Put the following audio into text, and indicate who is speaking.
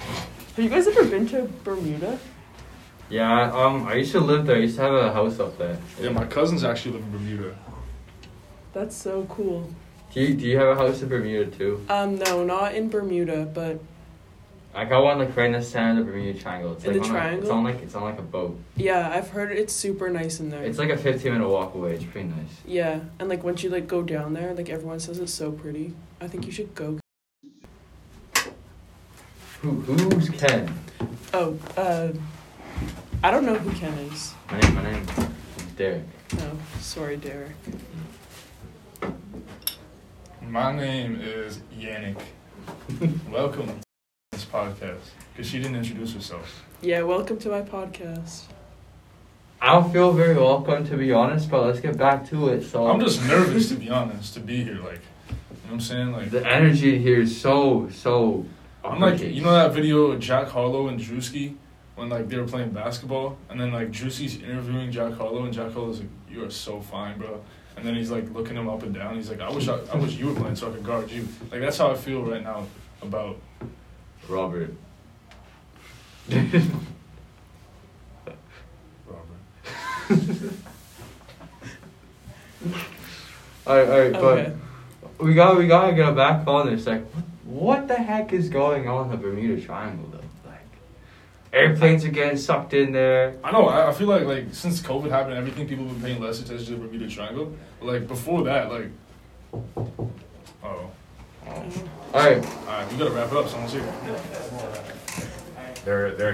Speaker 1: Have you guys ever been to Bermuda?
Speaker 2: Yeah, um, I used to live there. I used to have a house up there.
Speaker 3: Yeah, my cousins actually live in Bermuda.
Speaker 1: That's so cool.
Speaker 2: Do you, do you have a house in Bermuda too?
Speaker 1: Um, no, not in Bermuda, but
Speaker 2: I got one like right in the center of the Bermuda Triangle. It's
Speaker 1: In
Speaker 2: like
Speaker 1: the
Speaker 2: on A, it's
Speaker 1: triangle?
Speaker 2: on like it's on like a boat.
Speaker 1: yeah, I've heard it's super nice in there.
Speaker 2: It's like a fifteen minute walk away. It's pretty nice.
Speaker 1: yeah, and like once you like go down there, like everyone says it's so pretty. I think you should go.
Speaker 2: Who who's Ken?
Speaker 1: Oh, uh, I don't know who Ken is.
Speaker 2: My name my name is Derek.
Speaker 1: No, sorry, Derek.
Speaker 3: My name is Yannick. Welcome to this podcast. Because she didn't introduce herself.
Speaker 1: Yeah, welcome to my podcast.
Speaker 2: I don't feel very welcome to be honest, but let's get back to it. So
Speaker 3: I'm just nervous, to be honest, to be here. Like, you know what I'm saying? Like,
Speaker 2: the energy here is so so.
Speaker 3: I'm like, you know that video of Jack Harlow and Drewski when like they were playing basketball, and then like Drewski's interviewing Jack Harlow, and Jack Harlow's like, "You are so fine, bro." And then he's like looking him up and down. He's like, "I wish I, I wish you were playing so I could guard you." Like that's how I feel right now about
Speaker 2: Robert.
Speaker 3: Robert.
Speaker 2: All right, all
Speaker 1: Okay.
Speaker 2: right, but we got we gotta get back on this. Like, what the heck is going on in the Bermuda Triangle though? Like, airplanes are getting sucked in there.
Speaker 3: I know. I, I feel like like since COVID happened, everything people have been paying less attention to the Bermuda Triangle. But, like before that, like, oh,
Speaker 2: All right,
Speaker 3: all right, we gotta wrap it up. Someone's here.
Speaker 4: They're they're